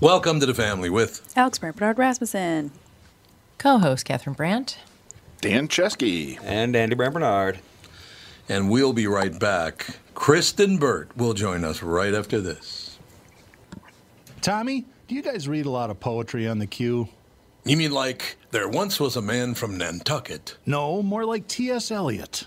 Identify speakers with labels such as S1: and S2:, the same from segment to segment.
S1: Welcome to the family with
S2: Alex Bernard Rasmussen.
S3: Co-host Catherine Brandt.
S4: Dan Chesky.
S5: And Andy Brand Bernard.
S1: and we'll be right back. Kristen Burt will join us right after this.
S6: Tommy, do you guys read a lot of poetry on the queue?
S1: You mean like there once was a man from Nantucket?
S6: No, more like T.S. Eliot.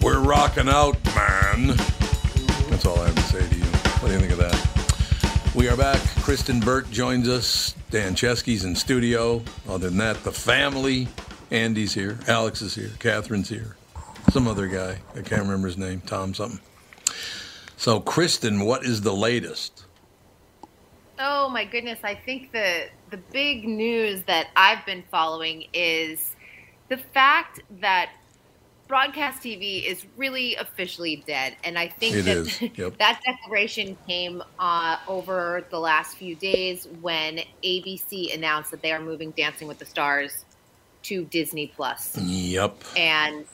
S1: We're rocking out, man. That's all I have to say to you. What do you think of that? We are back. Kristen Burt joins us. Dan Chesky's in studio. Other than that, the family. Andy's here. Alex is here. Catherine's here. Some other guy. I can't remember his name. Tom something. So, Kristen, what is the latest?
S7: Oh my goodness! I think the the big news that I've been following is the fact that broadcast TV is really officially dead, and I think
S1: It
S7: that
S1: is, yep.
S7: that declaration came uh, over the last few days when ABC announced that they are moving Dancing with the Stars to Disney Plus
S1: Yep.
S7: and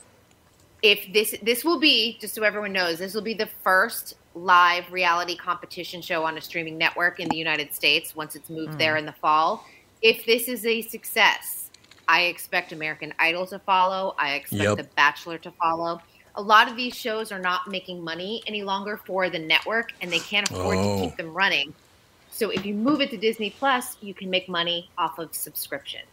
S7: if this this will be just so everyone knows this will be the first live reality competition show on a streaming network in the united states once it's moved there
S1: Hmm.
S7: in the fall if this is a success i expect american idol to follow i expect
S1: Yep.
S7: the bachelor to follow a lot of these shows are not making money any longer for the network and they can't afford
S1: Oh.
S7: to keep them running so if you move it to disney plus you can make money off of subscriptions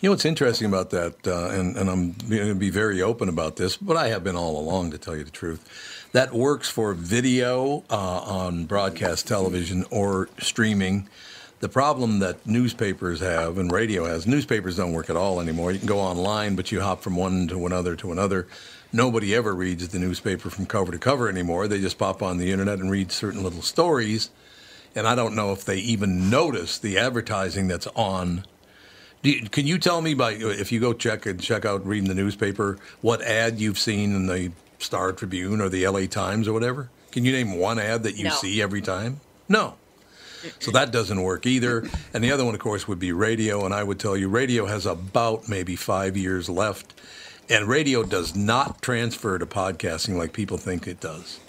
S1: You know what's interesting about that, uh, and, and I'm going to be very open about this, but I have been all along to tell you the truth. That works for video uh, on broadcast television or streaming. The problem that newspapers have and radio has, newspapers don't work at all anymore. You can go online, but you hop from one to another to another. Nobody ever reads the newspaper from cover to cover anymore. They just pop on the internet and read certain little stories. And I don't know if they even notice the advertising that's on do you, can you tell me by if you go check and check out reading the newspaper what ad you've seen in the Star Tribune or the LA Times or whatever? Can you name one ad that you
S7: No.
S1: see every time? No. So that doesn't work either. And the other one, of course, would be radio. And I would tell you, radio has about maybe five years left. And radio does not transfer to podcasting like people think it does.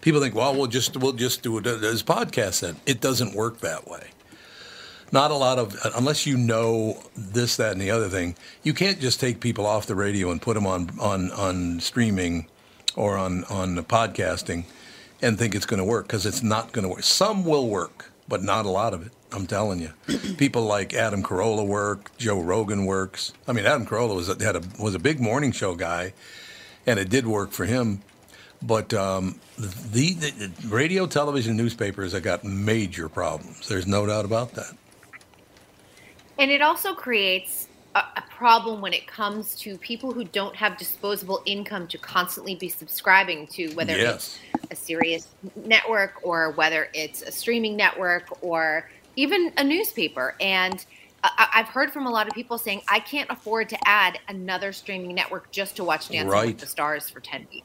S1: people think, well, we'll just we'll just do it as podcasts. Then it doesn't work that way. Not a lot of unless you know this, that, and the other thing. You can't just take people off the radio and put them on on on streaming or on on podcasting and think it's going to work because it's not going to work. Some will work, but not a lot of it. I'm telling you, people like Adam Carolla work, Joe Rogan works. I mean, Adam Carolla was a, had a was a big morning show guy, and it did work for him. But um, the, the, the radio, television, newspapers, I got major problems. There's no doubt about that.
S7: And it also creates a, a problem when it comes to people who don't have disposable income to constantly be subscribing to whether
S1: Yes.
S7: it's a serious network or whether it's a streaming network or even a newspaper. And I- I- I've heard from a lot of people saying, I can't afford to add another streaming network just to watch Dancing
S1: Right.
S7: with the Stars for 10 weeks.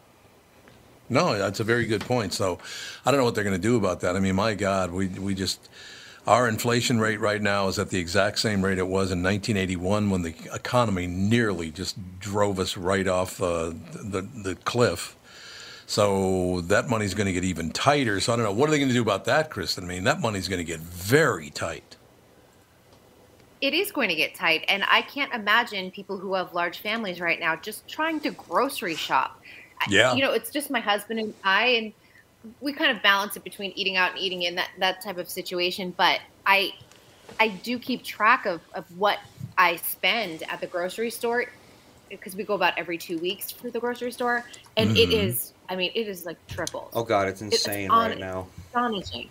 S1: No, that's a very good point. So I don't know what they're going to do about that. I mean, my God, we, we just, our inflation rate right now is at the exact same rate it was in 1981 when the economy nearly just drove us right off uh, the, the cliff. So that money's going to get even tighter. So I don't know. What are they going to do about that, Kristen? I mean, that money's going to get very tight.
S7: it is going to get tight and i can't imagine people who have large families right now just trying to grocery shop I-
S1: Yeah.
S7: you know it's just my husband and i and we kind of balance it between eating out and eating in that, that type of situation but i i do keep track of of what i spend at the grocery store because we go about every two weeks for the grocery store and it
S1: Mm.
S7: is i mean it is like triple
S2: Oh god, it's insane right now.
S7: astonishing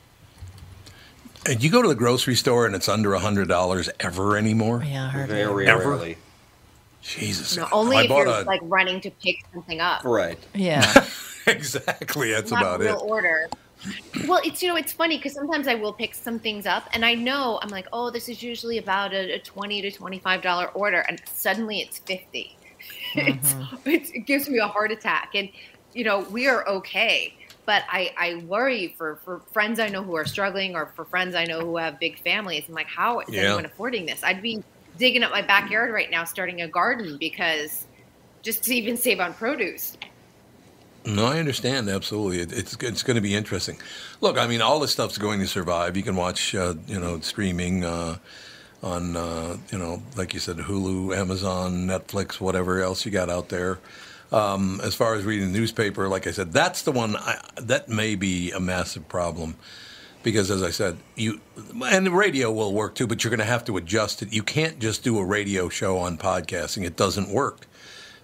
S1: And you go to the grocery store and it's under $100 ever anymore?
S3: Yeah, hardly.
S2: Very
S1: Ever?
S2: rarely.
S1: Jesus.
S7: No, only
S1: I
S7: if
S1: bought
S7: you're
S1: a,
S7: like running to pick something up
S2: Right.
S3: Yeah.
S1: exactly. That's
S7: not
S1: about
S7: real
S1: it.
S7: order. Well, it's you know it's funny because sometimes I will pick some things up and I know I'm like oh this is usually about a, a twenty to twenty five dollar order and suddenly it's 50 It's- it's, it gives me a heart attack and you know we are okay but I, I worry for, for friends I know who are struggling or for friends I know who have big families I'm like how is
S1: Yeah.
S7: anyone affording this I'd be digging up my backyard right now starting a garden because just to even save on produce
S1: No, I understand absolutely. It, it's it's going to be interesting. Look, I mean, all this stuff's going to survive. You can watch, uh, you know, streaming uh, on, uh, you know, like you said, Hulu, Amazon, Netflix, whatever else you got out there. Um, as far as reading the newspaper, like I said, that's the one I, that may be a massive problem because, as I said, you and the radio will work too, but you're going to have to adjust it. You can't just do a radio show on podcasting; it doesn't work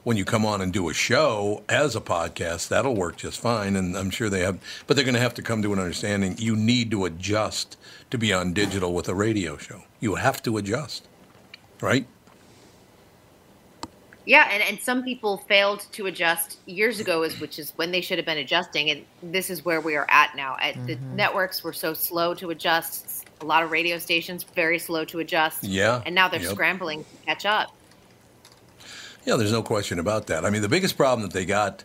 S1: when you come on and do a show as a podcast, that'll work just fine. And I'm sure they have, but they're going to have to come to an understanding. You need to adjust to be on digital with a radio show. You have to adjust, right?
S7: Yeah, and, and some people failed to adjust years ago, is which is when they should have been adjusting, and this is where we are at now. At The
S1: Mm-hmm.
S7: networks were so slow to adjust. A lot of radio stations very slow to adjust.
S1: Yeah,
S7: and now they're
S1: yep.
S7: scrambling to catch up.
S1: Yeah, there's no question about that. I mean, the biggest problem that they got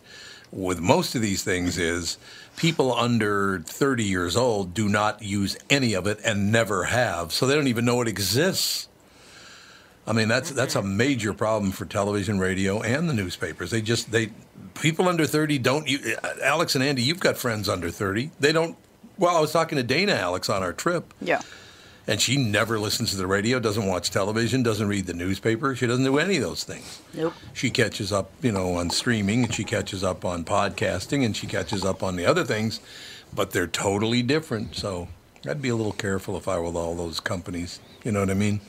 S1: with most of these things is people under 30 years old do not use any of it and never have, so they don't even know it exists. I mean, that's that's a major problem for television, radio, and the newspapers. They just they people under 30 don't you Alex and Andy, you've got friends under 30. They don't well, I was talking to Dana Alex on our trip
S8: Yeah.
S3: Oh,
S1: and she never listens to the radio, doesn't watch television, doesn't read the newspaper. She doesn't do any of those things.
S8: Nope.
S1: She catches up, you know, on streaming and she catches up on podcasting and she catches up on the other things, but they're totally different. So I'd be a little careful if I were all those companies. You know what I mean?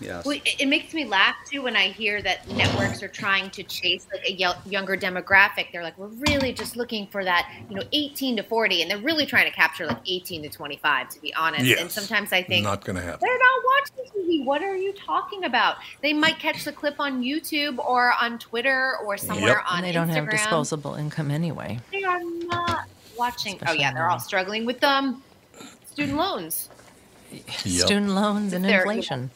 S2: Yes.
S7: Well, it, it makes me laugh too when I hear that networks are trying to chase like a yel- younger demographic. They're like, we're really just looking for that, you know, 18 to 40, and they're really trying to capture like 18 to 25, to be honest. And
S1: Yes.
S7: sometimes I think
S1: Not going to happen.
S7: They're not watching TV. What are you talking about? They might catch the clip on YouTube or on Twitter or somewhere
S1: Yep.
S7: on
S3: And they don't
S7: Instagram.
S3: have disposable income anyway.
S7: They are not watching.
S3: Especially
S7: oh yeah, they're
S3: now.
S7: all struggling with um student loans.
S1: Yep.
S3: Student loans and
S7: They're-
S3: inflation.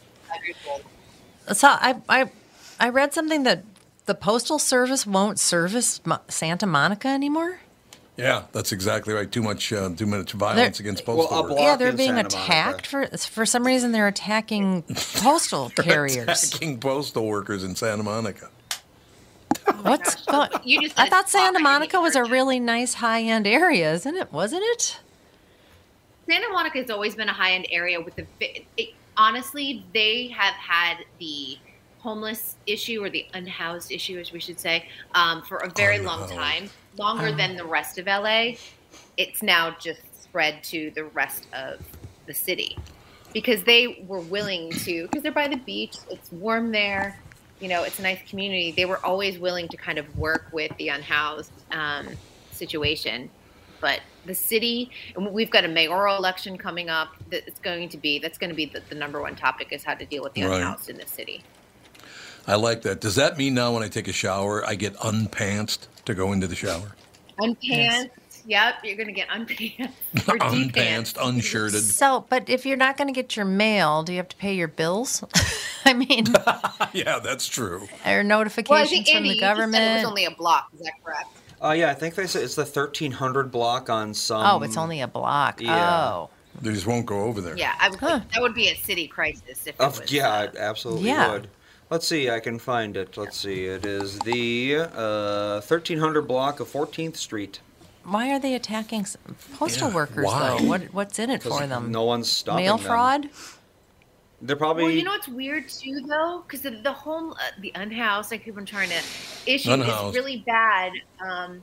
S3: So I, I, I read something that the Postal Service won't service Mo- Santa Monica anymore.
S1: Yeah, that's exactly right. Too much, uh, too much violence
S3: They're-
S1: against
S2: Well,
S1: postal
S2: a
S1: workers.
S2: block
S3: yeah, they're
S2: in
S3: being
S2: Santa
S3: attacked for for some reason. They're attacking postal carriers.
S1: Attacking postal workers in Santa Monica.
S3: What's going?
S7: Oh You just
S3: I thought Santa Monica was a really nice high end area, isn't it? Wasn't it?
S7: Santa Monica has always been a high end area with the. vi- It, honestly, they have had the homeless issue or the unhoused issue, as we should say, um, for a very long
S1: Unhoused.
S7: time, longer than the rest of LA. It's now just spread to the rest of the city because they were willing to, because they're by the beach, it's warm there. You know, it's a nice community. They were always willing to kind of work with the unhoused um, situation but the city and we've got a mayoral election coming up that it's going to be that's going to be the, the number one topic is how to deal with the
S1: Right.
S7: unhoused in the city
S1: I like that. Does that mean now when I take a shower, I get unpantsed to go into the shower?
S7: unpants yep you're going to get unpants or
S1: unpantsed,
S7: depantsed
S1: unshirted.
S3: So, but if you're not going to get your mail, do you have to pay your bills? I mean,
S1: yeah, that's true.
S3: or notifications
S7: well i think
S3: from
S7: Andy,
S3: the
S7: you just said it was
S3: government?
S7: only a block is that correct
S2: Oh yeah, I think they said it's the 1300 block on some.
S3: oh, it's only a block.
S2: yeah.
S3: Oh,
S1: They just won't go over there.
S7: yeah i would
S3: Huh.
S7: think that would be a city crisis if
S2: Of
S7: it was,
S2: yeah,
S7: uh,
S2: it absolutely
S3: Yeah.
S2: would. Let's see, I can find it. Let's see, it is the uh, 1300 block of 14th Street.
S3: why are they attacking s- postal
S1: Yeah,
S3: workers
S1: why?
S3: though? What what's in it
S2: 'cause
S3: for them?
S2: No one's stopping
S3: Mail
S2: them.
S3: fraud?
S2: They're probably.
S7: well, you know what's weird too, though, because the, the home, uh, the unhoused, I keep on trying to issue
S1: Unhoused.
S7: is really bad. Um,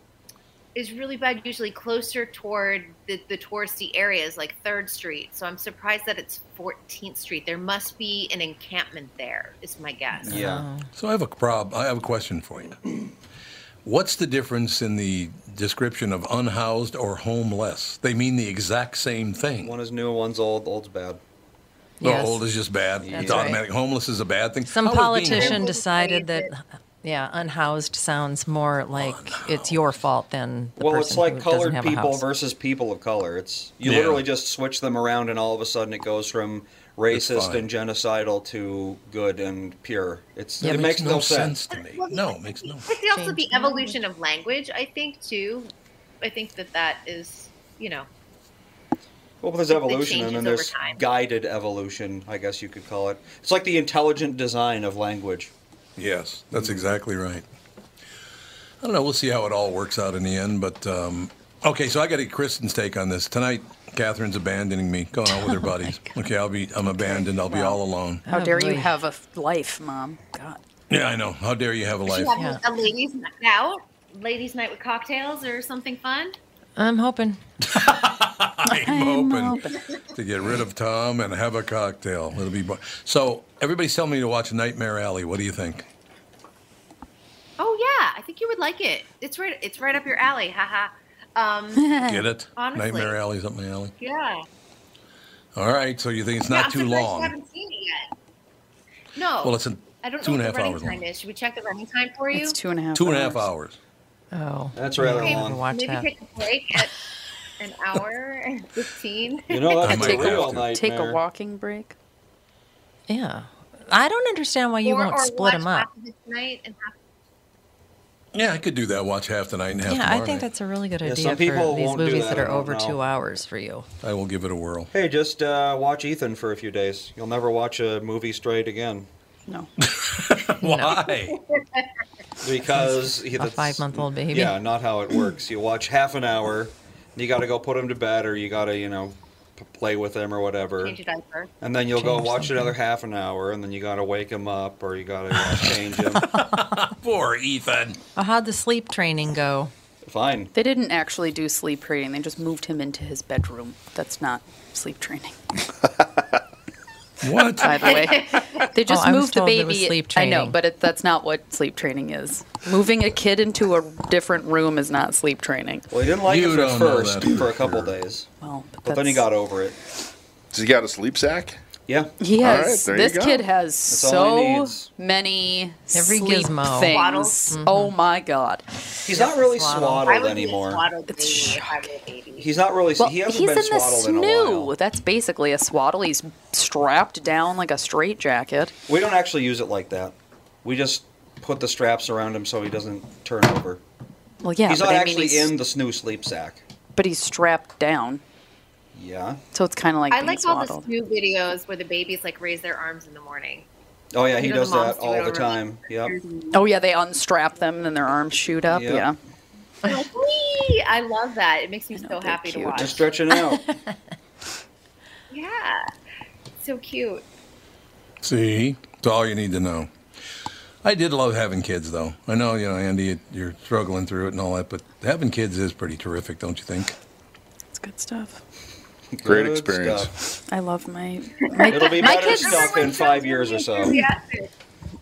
S7: is really bad. Usually closer toward the the touristy areas like Third Street. So I'm surprised that it's 14th Street. There must be an encampment there. Is my guess.
S2: yeah.
S1: So I have a prob. I have a question for you. What's the difference in the description of unhoused or homeless? They mean the exact same
S3: Oh.
S1: thing.
S2: One is new, one's old. Old's bad.
S1: No,
S3: Yes.
S1: old is just bad.
S2: That's
S1: it's automatic. Homeless is a bad thing.
S3: Some
S1: How is being
S3: politician
S7: homeless-
S3: decided that yeah, unhoused sounds more like it's your fault than the
S2: well,
S3: person
S2: it's like
S3: who doesn't
S2: colored
S3: have a
S2: people
S3: house.
S2: versus people of color. It's you
S1: Yeah.
S2: literally just switch them around, and all of a sudden it goes from racist
S1: fine.
S2: and genocidal to good and pure. It's
S3: Yeah,
S2: it
S3: but
S2: makes
S1: makes
S2: no, sense.
S1: to me. No, it makes no.
S7: It's also
S3: Change
S7: the
S3: the
S7: evolution of language. I think too. I think that that is, you know,
S2: Well, there's
S7: It- it
S2: evolution, and
S7: changes
S2: then
S7: over
S2: there's
S7: time.
S2: guided evolution. I guess you could call it. It's like the intelligent design of language.
S1: Yes, that's exactly right. I don't know. We'll see how it all works out in the end. But um, okay, so I got to get Kristen's take on this tonight. Catherine's abandoning me, going out with her buddies. okay, I'll be. I'm abandoned. I'll be all alone.
S8: How dare
S3: boy.
S8: you have a f- life, Mom? God.
S1: Yeah, I know. How dare you have a
S7: you
S1: life?
S7: have
S3: Yeah.
S7: a ladies' night out, ladies' night with cocktails or something fun.
S3: I'm hoping.
S1: I'm open to get rid of Tom and have a cocktail. It'll be bo- so. Everybody's telling me to watch Nightmare Alley. What do you think?
S7: Oh yeah, I think you would like it. It's right. It's right up your alley. Haha. Um,
S1: Get it?
S7: Honestly.
S1: Nightmare Alley's up my alley.
S7: yeah.
S1: All right, so you think it's
S7: Yeah,
S1: not
S7: I'm
S1: too
S7: surprised you
S1: long?
S7: haven't seen it yet. No.
S1: Well, it's in
S7: I don't
S1: two
S7: know
S1: and
S7: what
S1: a half
S7: the running
S1: hours
S7: time
S1: long.
S7: is. Should we check the running time for you?
S8: It's two and a half
S1: Two and a half hours.
S3: Oh,
S2: That's rather
S7: Okay,
S2: long.
S3: Watch
S7: Maybe
S3: that.
S7: take a break at an hour and fifteen.
S2: You know,
S1: I
S2: that's
S1: might
S2: a
S8: take a-
S2: real
S1: have
S2: nightmare.
S8: Take a walking break.
S3: yeah. I don't understand why you
S7: Or-
S3: won't
S7: or
S3: split them
S7: watch
S3: up.
S7: half of it tonight and half-
S1: Yeah, I could do that. Watch half tonight and half
S3: Yeah,
S1: tomorrow
S3: I think
S1: night.
S3: that's a really good
S2: Yeah,
S3: idea
S2: some people
S3: for these
S2: won't do
S3: movies
S2: that,
S3: that,
S2: I
S3: are
S2: don't
S3: over
S2: know.
S3: two hours for you.
S1: I will give it a whirl.
S2: Hey, just uh, watch Ethan for a few days. You'll never watch a movie straight again
S8: No.
S1: Why?
S2: because
S3: A five-month-old baby.
S2: Yeah, not how it works. You watch half an hour, you got to go put him to bed, or you got to you know p- play with him or whatever,
S7: change your diaper.
S2: and then you'll go
S3: Change
S2: watch
S3: something.
S2: another half an hour, and then you got to wake him up or you got to change him.
S1: Poor Ethan.
S3: Oh, how'd the sleep training go?
S2: Fine.
S8: They didn't actually do sleep training. They just moved him into his bedroom. That's not sleep training,
S1: What?
S8: by the way. They just
S3: I was
S8: moved the
S3: told it was
S8: baby.
S3: sleep
S8: I know,
S3: training.
S8: but it, that's not what sleep training is. Moving a kid into a different room is not sleep training.
S2: Well, he didn't like
S1: You
S2: it at
S1: don't know
S2: first
S1: that
S2: for a
S1: for
S2: couple
S1: sure.
S2: days,
S8: Well, but,
S2: but then he
S8: that's-
S2: got over it.
S4: Does he got a sleep sack?
S2: Yeah.
S8: He
S4: All right,
S8: has.
S4: there you
S8: this
S4: go.
S8: kid has
S2: all he
S8: so
S2: needs.
S8: many
S3: Every
S8: sleep
S3: gizmo.
S8: things.
S7: Waddles.
S8: Oh my god!
S2: He's not really
S3: Swaddle.
S7: I
S2: swaddled
S7: would be a
S2: anymore.
S7: swaddled baby
S8: It's
S7: if I were a baby.
S2: He's not really.
S8: Well,
S2: he hasn't
S8: he's
S2: been
S8: in the
S2: swaddled in a
S8: snoo.
S2: while.
S8: That's basically a swaddle. He's strapped down like a straitjacket.
S2: We don't actually use it like that. We just put the straps around him so he doesn't turn over.
S8: Well, yeah,
S2: he's
S8: but
S2: not
S8: I mean,
S2: actually
S8: he's,
S2: in the snoo sleep sack.
S8: but he's strapped down,
S2: Yeah.
S8: so it's kind of like
S7: I
S8: being
S7: like all
S8: swaddled.
S7: the new videos where the babies like raise their arms in the morning.
S2: Oh yeah, he
S8: You know, the
S2: does
S8: moms do
S2: that
S8: it
S2: all the
S8: over-
S2: time. Yep.
S8: Oh yeah, they unstrap them and then their arms shoot up.
S2: Yep.
S8: Yeah.
S7: Whee! I love that. It makes me so happy to watch.
S2: Just stretching out.
S7: Yeah. So cute.
S1: See, it's all you need to know. I did love having kids, though. I know, you know, Andy, you're struggling through it and all that, but having kids is pretty terrific, don't you think?
S8: It's good stuff.
S4: Great
S2: Good
S4: experience.
S2: stuff.
S8: I love my. my
S2: It'll be
S8: my
S2: better
S8: kids.
S2: stuff in five years or so.
S7: Yeah.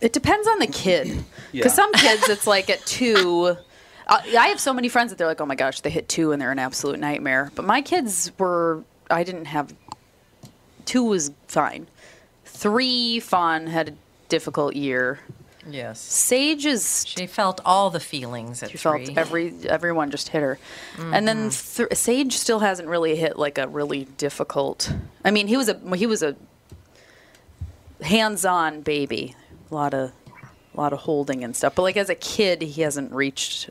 S8: It depends on the kid. Because
S2: Yeah.
S8: some kids, it's like at two. I I have so many friends that they're like, oh my gosh, they hit two and they're an absolute nightmare. But my kids were, I didn't have, two was fine. Three, fun, had a difficult year.
S3: Yes.
S8: Sage is
S3: She felt all the feelings at
S8: She
S3: three.
S8: felt every everyone just hit her, and then th- Sage still hasn't really hit like a really difficult. I mean, he was a he was a hands-on baby, a lot of a lot of holding and stuff. But like as a kid, he hasn't reached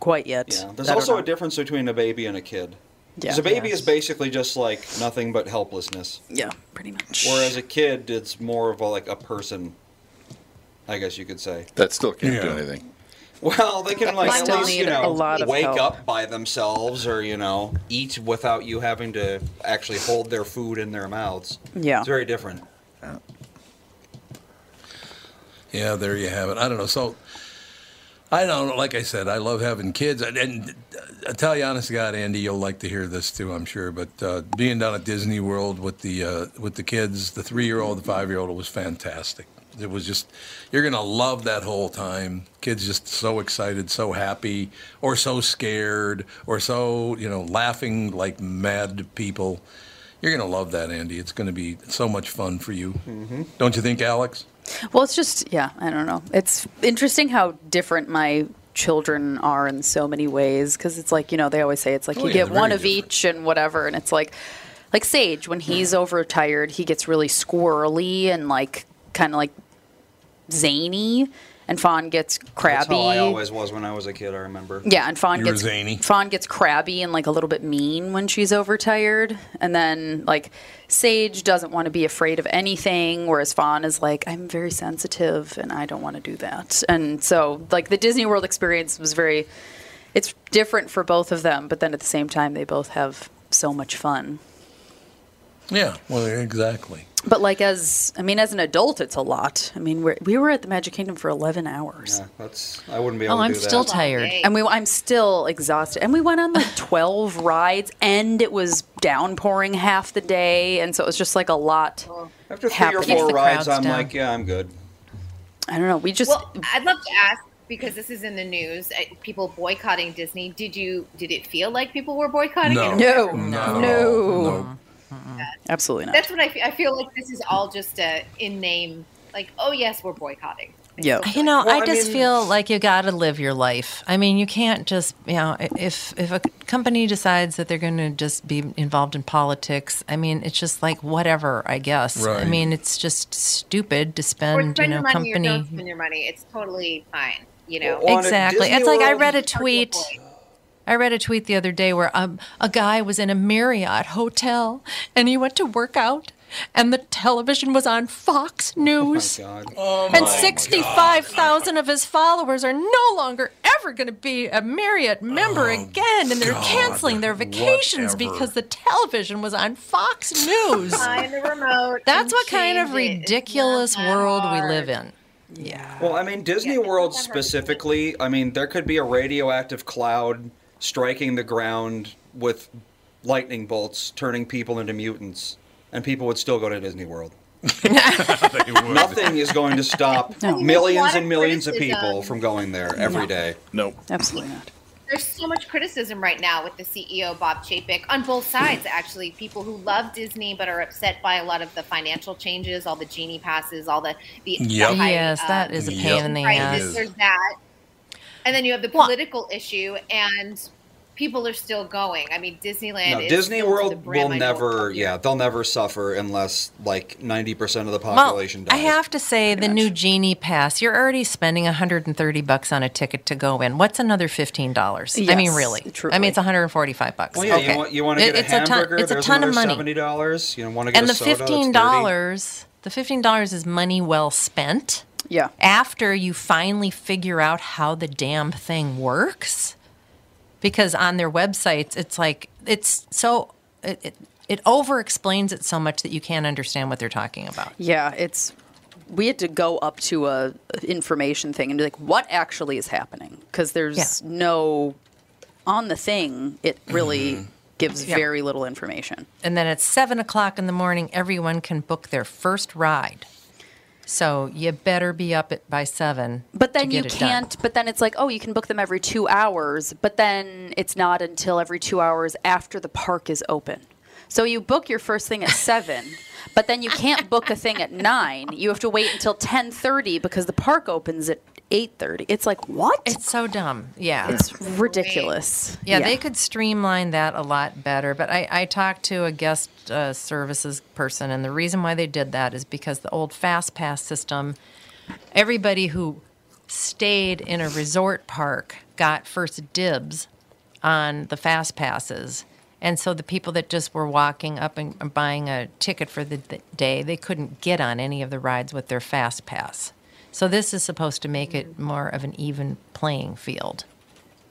S8: quite yet.
S2: Yeah. There's
S8: I don't
S2: also
S8: know.
S2: a difference between a baby and a kid. Because
S8: Yeah.
S2: a baby
S8: Yes.
S2: is basically just like nothing but helplessness.
S8: yeah, pretty much.
S2: Whereas a kid, it's more of a, like a person, I guess you could say.
S4: That still can't do
S1: Yeah.
S4: anything.
S2: Well, they can like at
S8: Still
S2: least you
S8: need
S2: know
S8: a lot of
S2: wake
S8: help.
S2: up by themselves or you know eat without you having to actually hold their food in their mouths.
S8: Yeah.
S2: It's very different.
S1: Yeah, there you have it. I don't know. So, I don't know. Like I said, I love having kids. And, and I tell you, honest to God, Andy, you'll like to hear this too, I'm sure. But uh, being down at Disney World with the uh, with the kids, the three year old, the five year old, it was fantastic. It was just you're gonna love that whole time. Kids just so excited, so happy, or so scared, or so you know laughing like mad people. You're gonna love that, Andy. It's gonna be so much fun for you, don't you think, Alex?
S8: Well, it's just yeah, I don't know. It's interesting how different my children are in so many ways because it's like you know they always say it's like
S1: Oh,
S8: you
S1: yeah,
S8: get
S1: they're
S8: one
S1: very
S8: of each and whatever, and it's like like Sage when he's overtired, he gets really squirrely and like kind of like zany, and Fawn gets crabby.
S2: That's how I always was when I was a kid. I remember.
S8: Yeah, and Fawn
S1: You were
S8: gets
S1: zany.
S8: Fawn gets crabby and like a little bit mean when she's overtired, and then like Sage doesn't want to be afraid of anything, whereas Fawn is like, I'm very sensitive and I don't want to do that. And so like the Disney World experience was very, it's different for both of them, but then at the same time they both have so much fun.
S1: Yeah, well, exactly.
S8: But like as I mean, as an adult, it's a lot. I mean, we're, we were at the Magic Kingdom for 11 hours.
S2: Yeah, that's I wouldn't be able
S3: Oh,
S2: to
S3: I'm
S2: do
S3: still
S2: that.
S3: tired.
S7: Hey.
S8: And we, I'm still exhausted. And we went on like 12 rides, and it was downpouring half the day. And so it was just like a lot.
S2: After three
S8: happy.
S2: or
S8: Keeps
S2: four
S3: the
S2: rides,
S3: crowds
S2: I'm
S3: down.
S2: like, yeah, I'm good.
S8: I don't know. We just,
S7: Well, I'd love to ask because this is in the news. uh, People boycotting Disney. Did you? Did it feel like people were boycotting?
S1: No.
S7: it?
S8: no,
S1: Not at all.
S8: no,
S1: No.
S8: Absolutely not.
S7: That's what I feel. I feel like this is all just a in name. Like, oh yes, we're boycotting.
S8: Yeah.
S3: You know,
S2: Well, I
S3: I just
S2: mean-
S3: feel like you got to live your life. I mean, you can't just, you know, i- if if a company decides that they're going to just be involved in politics, I mean, it's just like whatever, I guess. I
S1: Right.
S3: mean, it's just stupid to
S7: Or
S3: spend, you
S7: spend
S3: know,
S7: your money or
S3: company.
S7: don't spend your money. It's totally fine. You know.
S2: Well, On a
S3: Exactly.
S2: Disney
S3: It's like I
S2: World-
S3: read a tweet. I read a tweet the other day where um, a guy was in a Marriott hotel and he went to work out and the television was on Fox News.
S2: God.
S7: Uh,
S3: and 65,000 of his followers are no longer ever going to be a Marriott member
S2: Oh,
S3: again. And they're
S1: God.
S3: canceling their vacations
S1: Whatever.
S3: because the television was on Fox News.
S7: Find the remote.
S3: That's
S7: and
S3: what kind of
S7: change it. It's
S3: ridiculous
S7: not that
S3: world we
S7: hard.
S3: live in.
S2: Well, I mean, Disney
S7: Yeah, it's
S2: World
S7: not hard to
S2: specifically, I mean, there could be a radioactive cloud striking the ground with lightning bolts, turning people into mutants, and people would still go to Disney World.
S1: They would.
S2: Nothing is going to stop
S8: No.
S7: There's a
S2: millions
S7: lot
S2: and
S7: of
S2: millions of
S7: criticism.
S2: people from going there every day.
S4: Nope.
S8: Absolutely not.
S7: There's so much criticism right now with the CEO Bob Chapek on both sides. Actually, people who love Disney but are upset by a lot of the financial changes, all the genie passes, all the the
S1: Yep.
S7: the high,
S3: Yes,
S7: uh,
S3: that is a
S1: Yep.
S3: pain in the
S1: Right,
S7: crisis.
S1: is.
S3: ass.
S7: There's that, and then you have the political issue, and people are still going. I mean, Disneyland.
S2: No,
S7: is
S2: Disney
S7: filled to the
S2: World
S7: brim.
S2: will
S7: I know
S2: never,
S7: it's-
S2: yeah, they'll never suffer unless like 90% of the
S3: Well,
S2: population
S3: I
S2: dies.
S3: have to say, the new Genie Pass, you're already spending 130 bucks on a ticket to go in. What's another $15? I mean,
S8: Yes,
S3: really? I
S8: truly.
S3: mean, it's 145 bucks.
S2: Well, yeah,
S3: okay.
S2: you want you want to
S3: It-
S2: get a
S3: it's
S2: hamburger.
S3: ton, it's a
S2: There's
S3: ton of
S2: another
S3: money.
S2: Seventy dollars. You want to get
S3: and
S2: a
S3: the
S2: soda, that's
S3: fifteen
S2: 30.
S3: dollars The fifteen dollars is money well spent.
S8: Yeah.
S3: After you finally figure out how the damn thing works, because on their websites it's like it's so it it, it over explains it so much that you can't understand what they're talking about.
S8: Yeah, it's we had to go up to a information thing and be like, what actually is happening? Because there's
S3: Yeah.
S8: no on the thing. It really gives
S3: Yeah.
S8: very little information.
S3: And then at seven o'clock in the morning, everyone can book their first ride. So you better be up at, by seven.
S8: But
S3: to
S8: then you
S3: get it done.
S8: can't. But then it's like, oh, you can book them every two hours. But then it's not until every two hours after the park is open. So you book your first thing at seven, but then you can't book a thing at nine. You have to wait until ten thirty because the park opens at eight thirty. It's like what?
S3: It's so dumb. Yeah.
S8: It's ridiculous.
S3: yeah, they could streamline that a lot better. But I, I talked to a guest uh, services person, and the reason why they did that is because the old fast pass system, everybody who stayed in a resort park got first dibs on the fast passes. And so the people that just were walking up and and buying a ticket for the th- day, they couldn't get on any of the rides with their fast pass. So this is supposed to make it more of an even playing field.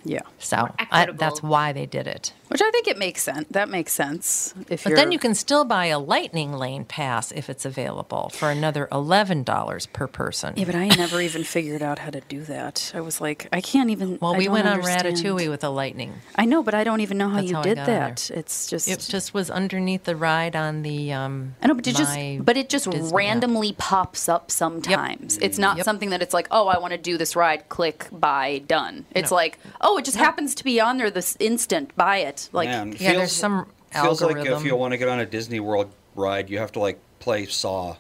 S8: Yeah.
S3: So I,
S7: equitable.
S3: that's why they did it.
S8: Which I think it makes sense. That makes sense. If
S3: But
S8: you're,
S3: then you can still buy a lightning lane pass if it's available for another eleven dollars per person.
S8: Yeah, but I never even figured out how to do that. I was like, I can't even.
S3: well,
S8: I
S3: we
S8: don't
S3: went
S8: understand.
S3: on Ratatouille with a lightning.
S8: I know, but I don't even know how
S3: That's
S8: you
S3: how I
S8: did
S3: got on there.
S8: that. It's just.
S3: It just was underneath the ride on the. Um,
S8: I know, but it
S3: my
S8: just but it just
S3: Disney app.
S8: randomly pops up sometimes. It's not
S3: Yep.
S8: something that it's like, oh, I want to do this ride, click, buy, done. It's
S3: No.
S8: like, oh, it just happens to be on there this instant, buy it. Like,
S2: Man,
S3: Yeah, there's some
S2: feels like if
S3: algorithm.
S2: you want to get on a Disney World ride, you have to like play Saw.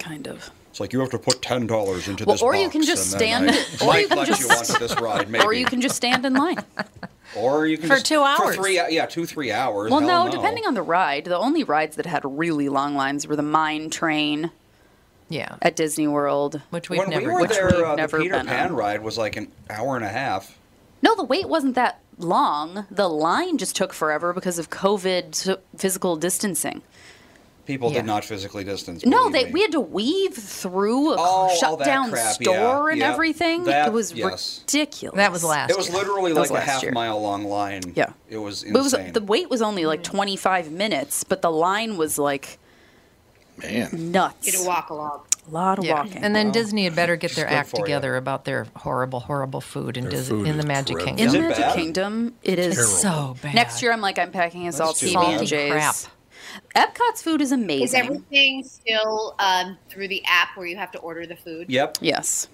S8: kind of.
S2: It's like you have to put ten dollars into
S8: Well,
S2: this.
S8: or you
S2: box,
S8: can just
S2: and then
S8: stand-
S2: I
S8: or
S2: might
S8: you can
S2: let you
S8: just-
S2: onto this ride, maybe.
S8: Or you can just stand in line.
S2: or you can
S3: For
S2: just-
S3: two hours.
S2: For three, yeah, two three hours.
S8: Well,
S2: Hell
S8: no, depending on the ride, the only rides that had really long lines were the Mine Train
S3: yeah,
S8: at Disney World.
S3: which we've
S2: when
S3: never.
S2: we were
S3: done.
S2: there,
S8: we've
S2: uh, the
S8: never
S2: Peter
S8: been
S2: Pan
S8: on.
S2: ride was like an hour and a half.
S8: No, the wait wasn't that long. The line just took forever because of COVID so- physical distancing.
S2: People
S3: Yeah.
S2: did not physically distance.
S8: No,
S2: believe
S8: they,
S2: me.
S8: we had to weave through a
S2: Oh, all
S8: shut
S2: that
S8: down
S2: crap,
S8: store
S2: yeah,
S8: and
S2: yeah.
S8: everything.
S2: That-
S8: it was
S2: yes.
S8: ridiculous.
S3: That was last.
S2: It was
S3: year.
S2: literally
S8: That was
S2: like a
S8: last
S2: half
S8: year.
S2: mile long line.
S8: Yeah.
S2: it was
S8: But it was,
S2: insane.
S8: the wait was only like 25 minutes, but the line was like
S4: Man.
S8: nuts.
S7: Get a walk along.
S8: A lot of
S3: Yeah.
S8: walking.
S3: And then Disney had better get their
S2: good
S3: act
S2: for ya.
S3: together about their horrible, horrible food in,
S1: Their
S3: Dis-
S1: food
S3: in the
S1: is
S3: Magic
S1: dreadful.
S8: in
S2: Is
S8: the
S2: it
S3: Kingdom.
S8: Magic
S2: bad?
S8: Kingdom, it is
S1: Terrible.
S3: So bad.
S8: Next year, I'm like, I'm packing a salty
S2: too bad.
S3: Salty crap.
S8: BJ's. Epcot's food is amazing.
S7: Is everything still um, through the app where you have to order the food?
S2: Yep.
S8: yes.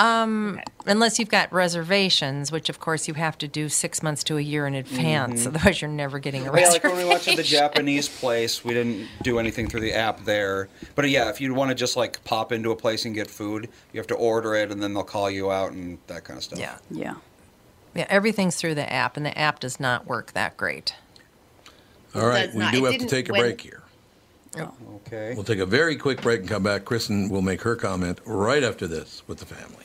S3: unless you've got reservations, which of course you have to do six months to a year in advance, otherwise you're never getting a
S2: Mm-hmm. Yeah, like
S3: reservation.
S2: when we went to the Japanese place, we didn't do anything through the app there. But yeah, if you want to just like pop into a place and get food, you have to order it, and then they'll call you out and that kind of stuff.
S3: yeah,
S8: Yeah.
S3: yeah, everything's through the app, and the app does not work that great.
S1: All right,
S7: does
S1: we
S7: not-
S1: do
S7: it
S1: have to
S7: didn't
S1: take a
S7: win.
S1: break here.
S8: Oh.
S2: Okay.
S1: We'll take a very quick break and come back. Kristen will make her comment right after this with the family.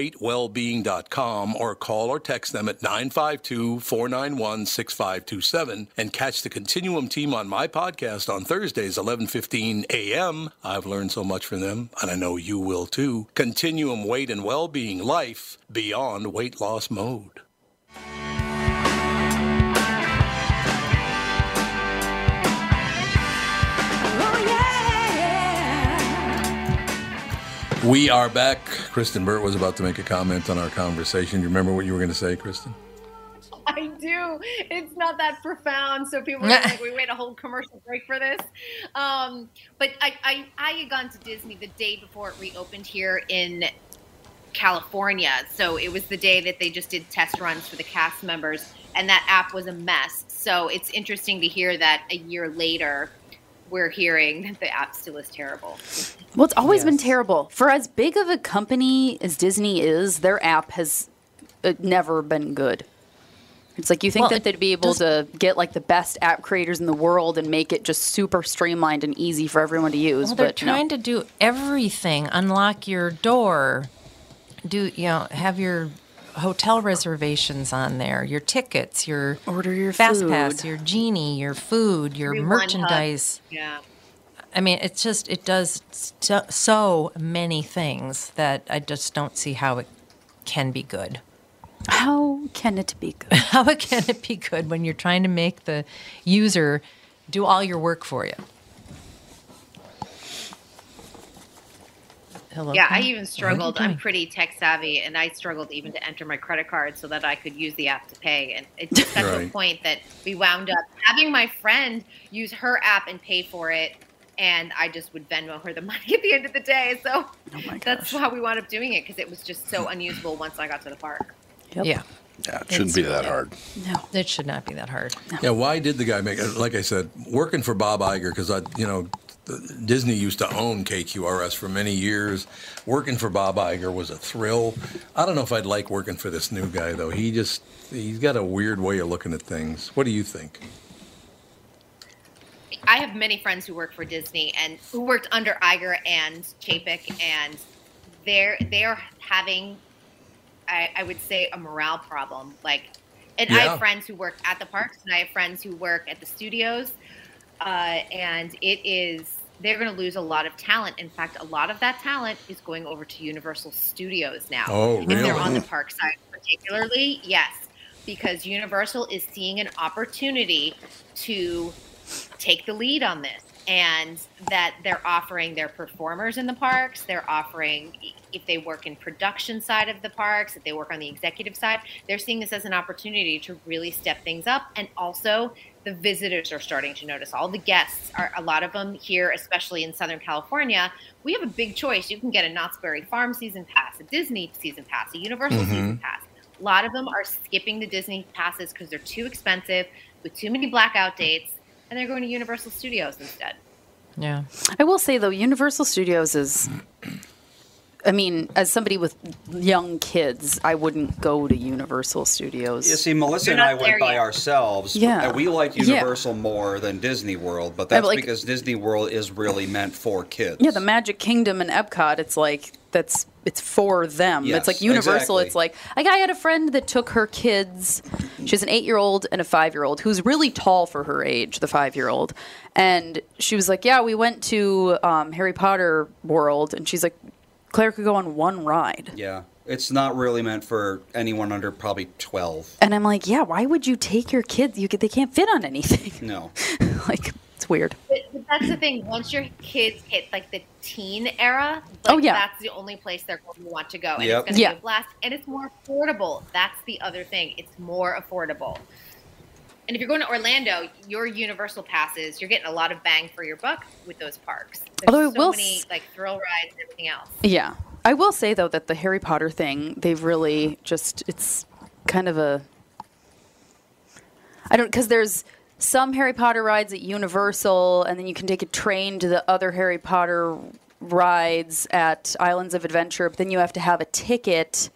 S1: weightwellbeing.com or call or text them at 952 491 6527 and catch the Continuum team on my podcast on Thursdays, 1115 a.m. I've learned so much from them, and I know you will too. Continuum Weight and Wellbeing Life Beyond Weight Loss Mode. We are back. Kristen Burt was about to make a comment on our conversation. Do you remember what you were going to say, Kristen?
S7: I do. It's not that profound, so people are like, "We wait a whole commercial break for this." Um, but I, I, I had gone to Disney the day before it reopened here in California, so it was the day that they just did test runs for the cast members, and that app was a mess. So it's interesting to hear that a year later, we're hearing that the app still is terrible.
S8: Well, it's always been terrible. For as big of a company as Disney is, their app has uh, never been good. It's like you think
S3: Well,
S8: that
S3: it
S8: they'd be able to get like the best app creators in the world and make it just super streamlined and easy for everyone to use,
S3: Well, they're
S8: but no.
S3: trying to do everything. Unlock your door. Do you know? Have your hotel reservations on there. Your tickets. Your
S8: order your
S3: fast
S8: food.
S3: pass. Your genie. Your food. Your
S7: Rewind
S3: merchandise.
S7: Hub. Yeah.
S3: I mean, it's just it does so, so many things that I just don't see how it can be good.
S8: How can it be good?
S3: How can it be good when you're trying to make the user do all your work for you? Hello.
S7: Yeah,
S3: Pam?
S7: I
S3: What are
S7: even
S3: you
S7: struggled. I'm
S3: doing?
S7: pretty tech savvy, and I struggled even to enter my credit card so that I could use the app to pay. And it just got to a
S1: Right.
S7: point that we wound up having my friend use her app and pay for it, and I just would Venmo her the money at the end of the day. So that's how we wound up doing it because it was just so unusable once I got to the park.
S8: Yep.
S3: Yeah,
S4: Yeah, it shouldn't
S3: It's
S4: be that hard.
S8: No.
S3: it should not be that hard.
S1: Yeah, why did the guy make it? Like I said, working for Bob Iger, because I, you know, th- Disney used to own KQRS for many years. Working for Bob Iger was a thrill. I don't know if I'd like working for this new guy, though. He just, he's got a weird way of looking at things. What do you think?
S7: I have many friends who work for Disney and who worked under Iger and Chapek, and they're they're having, I, I would say, a morale problem. Like, and I
S1: Yeah.
S7: have friends who work at the parks, and I have friends who work at the studios, uh, and it is they're going to lose a lot of talent. In fact, a lot of that talent is going over to Universal Studios now.
S1: Oh,
S7: If they're
S1: really?
S7: on the park side, particularly, yes, because Universal is seeing an opportunity to take the lead on this and that they're offering their performers in the parks they're offering if they work in production side of the parks if they work on the executive side they're seeing this as an opportunity to really step things up and also the visitors are starting to notice all the guests are a lot of them here especially in southern california we have a big choice you can get a knotts berry farm season pass a disney season pass a universal season pass a lot of them are skipping the disney passes because they're too expensive with too many blackout dates and they're going to Universal Studios instead.
S3: Yeah.
S8: I will say though, Universal Studios is. I mean, as somebody with young kids, I wouldn't go to Universal Studios.
S2: You see, Melissa
S7: You're
S2: and I
S7: not
S2: went
S7: there
S2: by
S7: yet.
S2: ourselves.
S8: Yeah.
S2: And we like
S8: Yeah.
S2: Universal more than Disney World, but
S8: Yeah,
S2: that's
S8: but, like-
S2: because Disney World is really meant for kids.
S8: Yeah, the Magic Kingdom and Epcot, it's like that's it's for them.
S9: Yes,
S8: it's like universal.
S9: exactly.
S8: It's like like I had a friend that took her kids. She has an eight year old and a five year old who's really tall for her age, the five year old, and she was like, "Yeah, we went to um, Harry Potter World," and she's like, "Claire could go on one ride."
S2: Yeah, it's not really meant for anyone under probably twelve.
S8: And I'm like, "Yeah, why would you take your kids? You could, they can't fit on anything.
S2: No,
S8: like it's weird."
S7: But, but that's the thing. Once your kids hit like the teen era, like,
S8: Oh, yeah.
S7: that's the only place they're going to want to go, and
S8: Yep.
S7: it's going to
S8: Yeah.
S7: be a blast. And it's more affordable. That's the other thing. It's more affordable. And if you're going to Orlando, your Universal passes, you're getting a lot of bang for your buck with those parks. There's
S8: Although I
S7: so
S8: will
S7: many
S8: s-
S7: like thrill rides and everything else.
S8: Yeah. I will say though that the Harry Potter thing, they've really just it's kind of a I don't cuz there's some Harry Potter rides at Universal and then you can take a train to the other Harry Potter rides at Islands of Adventure, but then you have to have a ticket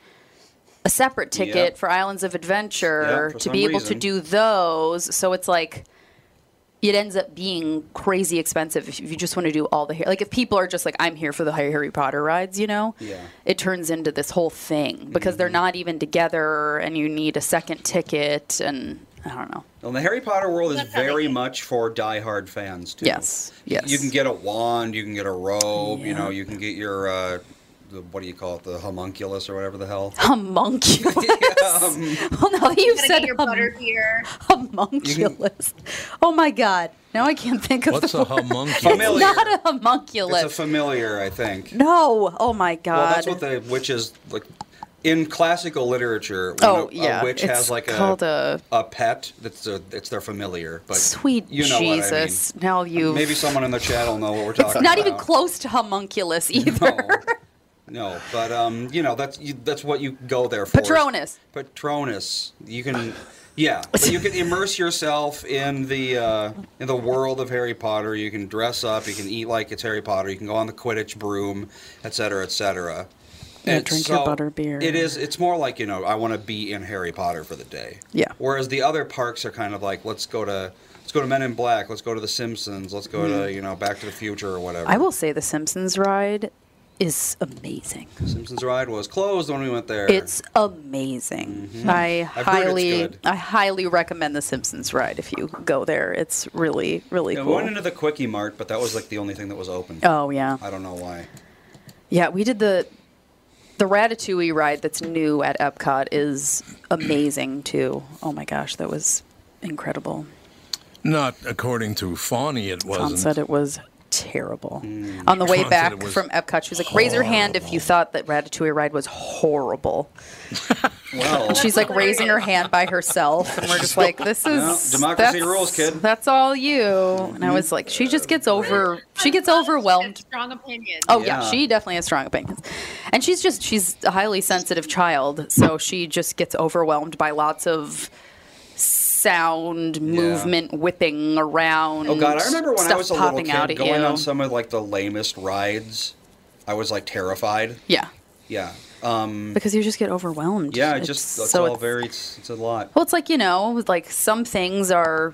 S8: a separate ticket
S9: Yep.
S8: for Islands of Adventure
S9: Yeah, for
S8: to
S9: some
S8: be able to
S9: reason.
S8: do those. So it's like it ends up being crazy expensive if you just want to do all the like if people are just like I'm here for the Harry Potter rides, you know.
S9: Yeah.
S8: It turns into this whole thing because
S2: Mm-hmm.
S8: they're not even together and you need a second ticket and I don't know.
S2: And the Harry Potter world is very much for die-hard fans too.
S8: Yes, yes.
S2: You can get a wand, you can get a robe, you know, you can get your uh, the, what do you call it, the homunculus or whatever the hell. Um,
S8: Homunculus. well, now that you've
S7: Gotta
S8: said
S7: get your
S8: hom-
S7: butterbeer.
S8: homunculus. Oh my god. Now I can't think of
S2: What's
S8: the
S2: a
S8: word.
S2: homunculus?
S8: It's not a homunculus.
S2: It's a familiar, I think.
S8: no. Oh my god.
S2: Well, that's what the witch is like. In classical literature, when
S8: Oh,
S2: a,
S8: yeah,
S2: a witch
S8: it's
S2: has like
S8: called
S2: a,
S8: a-
S2: a pet that's a, it's their familiar. But
S8: Sweet
S2: you know
S8: Jesus.
S2: What I mean.
S8: Now you.
S2: Maybe someone in the chat will know what we're
S8: It's
S2: talking
S8: not
S2: about.
S8: even close to homunculus either.
S2: No, but um, you know that's you, that's what you go there for. is-
S8: Patronus.
S2: Patronus. You can, yeah, but you can immerse yourself in the uh, in the world of Harry Potter. You can dress up. You can eat like it's Harry Potter. You can go on the Quidditch broom, et cetera, et cetera.
S8: Yeah,
S2: And
S8: drink your butterbeer.
S2: It is. It's more like you know. I want to be in Harry Potter for the day.
S8: Yeah.
S2: Whereas the other parks are kind of like, let's go to let's go to Men in Black. Let's go to The Simpsons. Let's go to
S8: Mhm.
S2: you know Back to the Future or whatever.
S8: I will say the Simpsons ride is amazing.
S2: Simpsons ride was closed when we went there.
S8: It's amazing.
S2: Mhm.
S8: I
S2: I've heard it's
S8: highly,
S2: good.
S8: I highly recommend the Simpsons ride if you go there. It's really, really
S2: Yeah, We
S8: cool.
S2: went into the Quickie Mart, but that was like the only thing that was open.
S8: Oh, yeah.
S2: I don't know why.
S8: Yeah, we did the the Ratatouille ride that's new at Epcot is amazing too. Oh my gosh, that was incredible.
S1: Not according to Fawny, it wasn't.
S8: Tom said it was terrible. On the way
S1: Con said
S8: back
S1: it was
S8: from Epcot, she was like, "Raise your hand if you thought that Ratatouille ride was horrible."
S2: Well,
S8: She's like raising her hand by herself, and we're just like, "This
S2: Well,
S8: is
S2: democracy
S8: that's-
S2: rules, kid.
S8: That's all you." And I was like, "She just gets over. She gets overwhelmed
S7: Strong opinion.
S8: Oh yeah. she definitely has strong opinions, and she's just she's a highly sensitive child, so she just gets overwhelmed by lots of sound, movement, whipping around.
S2: Oh God, I remember when I
S8: stuff
S2: was a little
S8: popping out
S2: kid
S8: at
S2: going
S8: you.
S2: on some of like the lamest rides. I was like terrified.
S8: yeah,
S2: Yeah. Um,
S8: because you just get overwhelmed.
S2: yeah, it
S8: It's-
S2: just it's
S8: so
S2: all
S8: it's-
S2: very it's, it's a lot.
S8: well, it's like you know, like some things are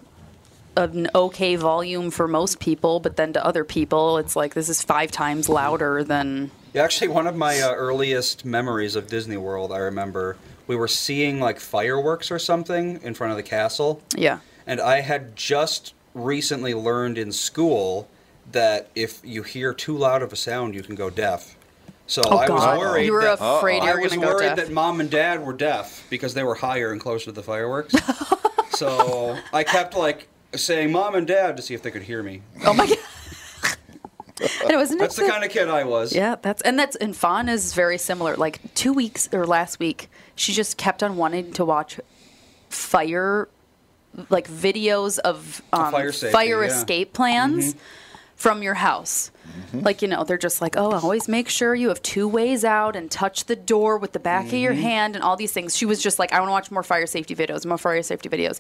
S8: an okay volume for most people, but then to other people, it's like this is five times louder than
S2: Yeah, actually, one of my uh, earliest memories of Disney World, I remember we were seeing like fireworks or something in front of the castle.
S8: yeah.
S2: And I had just recently learned in school that if you hear too loud of a sound, you can go deaf. So
S8: Oh,
S2: I was
S8: God.
S2: worried.
S8: You were
S2: that-
S8: afraid you
S2: I
S8: were
S2: was
S8: gonna go
S2: worried
S8: deaf.
S2: that mom and dad were deaf because they were higher and closer to the fireworks. so I kept like saying mom and dad to see if they could hear me.
S8: Oh my God. And it was
S2: That's
S8: next
S2: the kind of kid I was.
S8: Oh. Yeah, that's and that's and Fawn is very similar. Like two weeks or last week, she just kept on wanting to watch fire, like videos of um,
S9: fire safety,
S8: fire
S9: yeah. Mm-hmm.
S8: escape plans from your house. Like you know, they're just like, oh, always make sure you have two ways out and touch the door with the back of your
S9: Mhm.
S8: hand and all these things. She was just like, I want to watch more fire safety videos, more fire safety videos.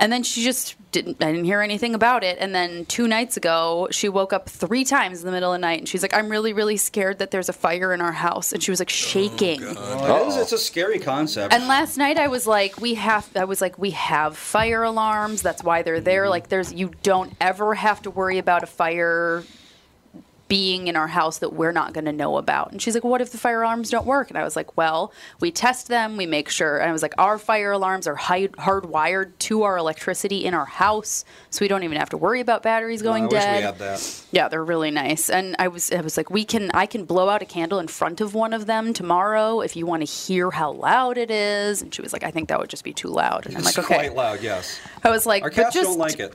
S8: And then she just didn't. I didn't hear anything about it. And then two nights ago, she woke up three times in the middle of the night, and she's like, "I'm really, really scared that there's a fire in our house," and she was like shaking.
S9: Oh,
S2: Well, it is, it's a scary concept.
S8: And last night I was like, we have. I was like, we have fire
S2: Mm-hmm.
S8: alarms. That's why they're there. Like, there's you don't ever have to worry about a fire being in our house that we're not going to know about. And she's like, What if the fire alarms don't work? And I was like, Well, we test them, we make sure. And I was like, Our fire alarms are hi- hardwired to our electricity in our house, so we don't even have to worry about batteries going
S2: I wish we
S8: dead.
S2: had that.
S8: Yeah, they're really nice. And I was I was like, we can I can blow out a candle in front of one of them tomorrow if you want to hear how loud it is. And she was like, I think that would just be too loud. And I'm
S2: It's
S8: like, okay.
S2: quite loud, yes.
S8: I was like,
S2: Our
S8: but
S2: cats
S8: just
S2: don't like it.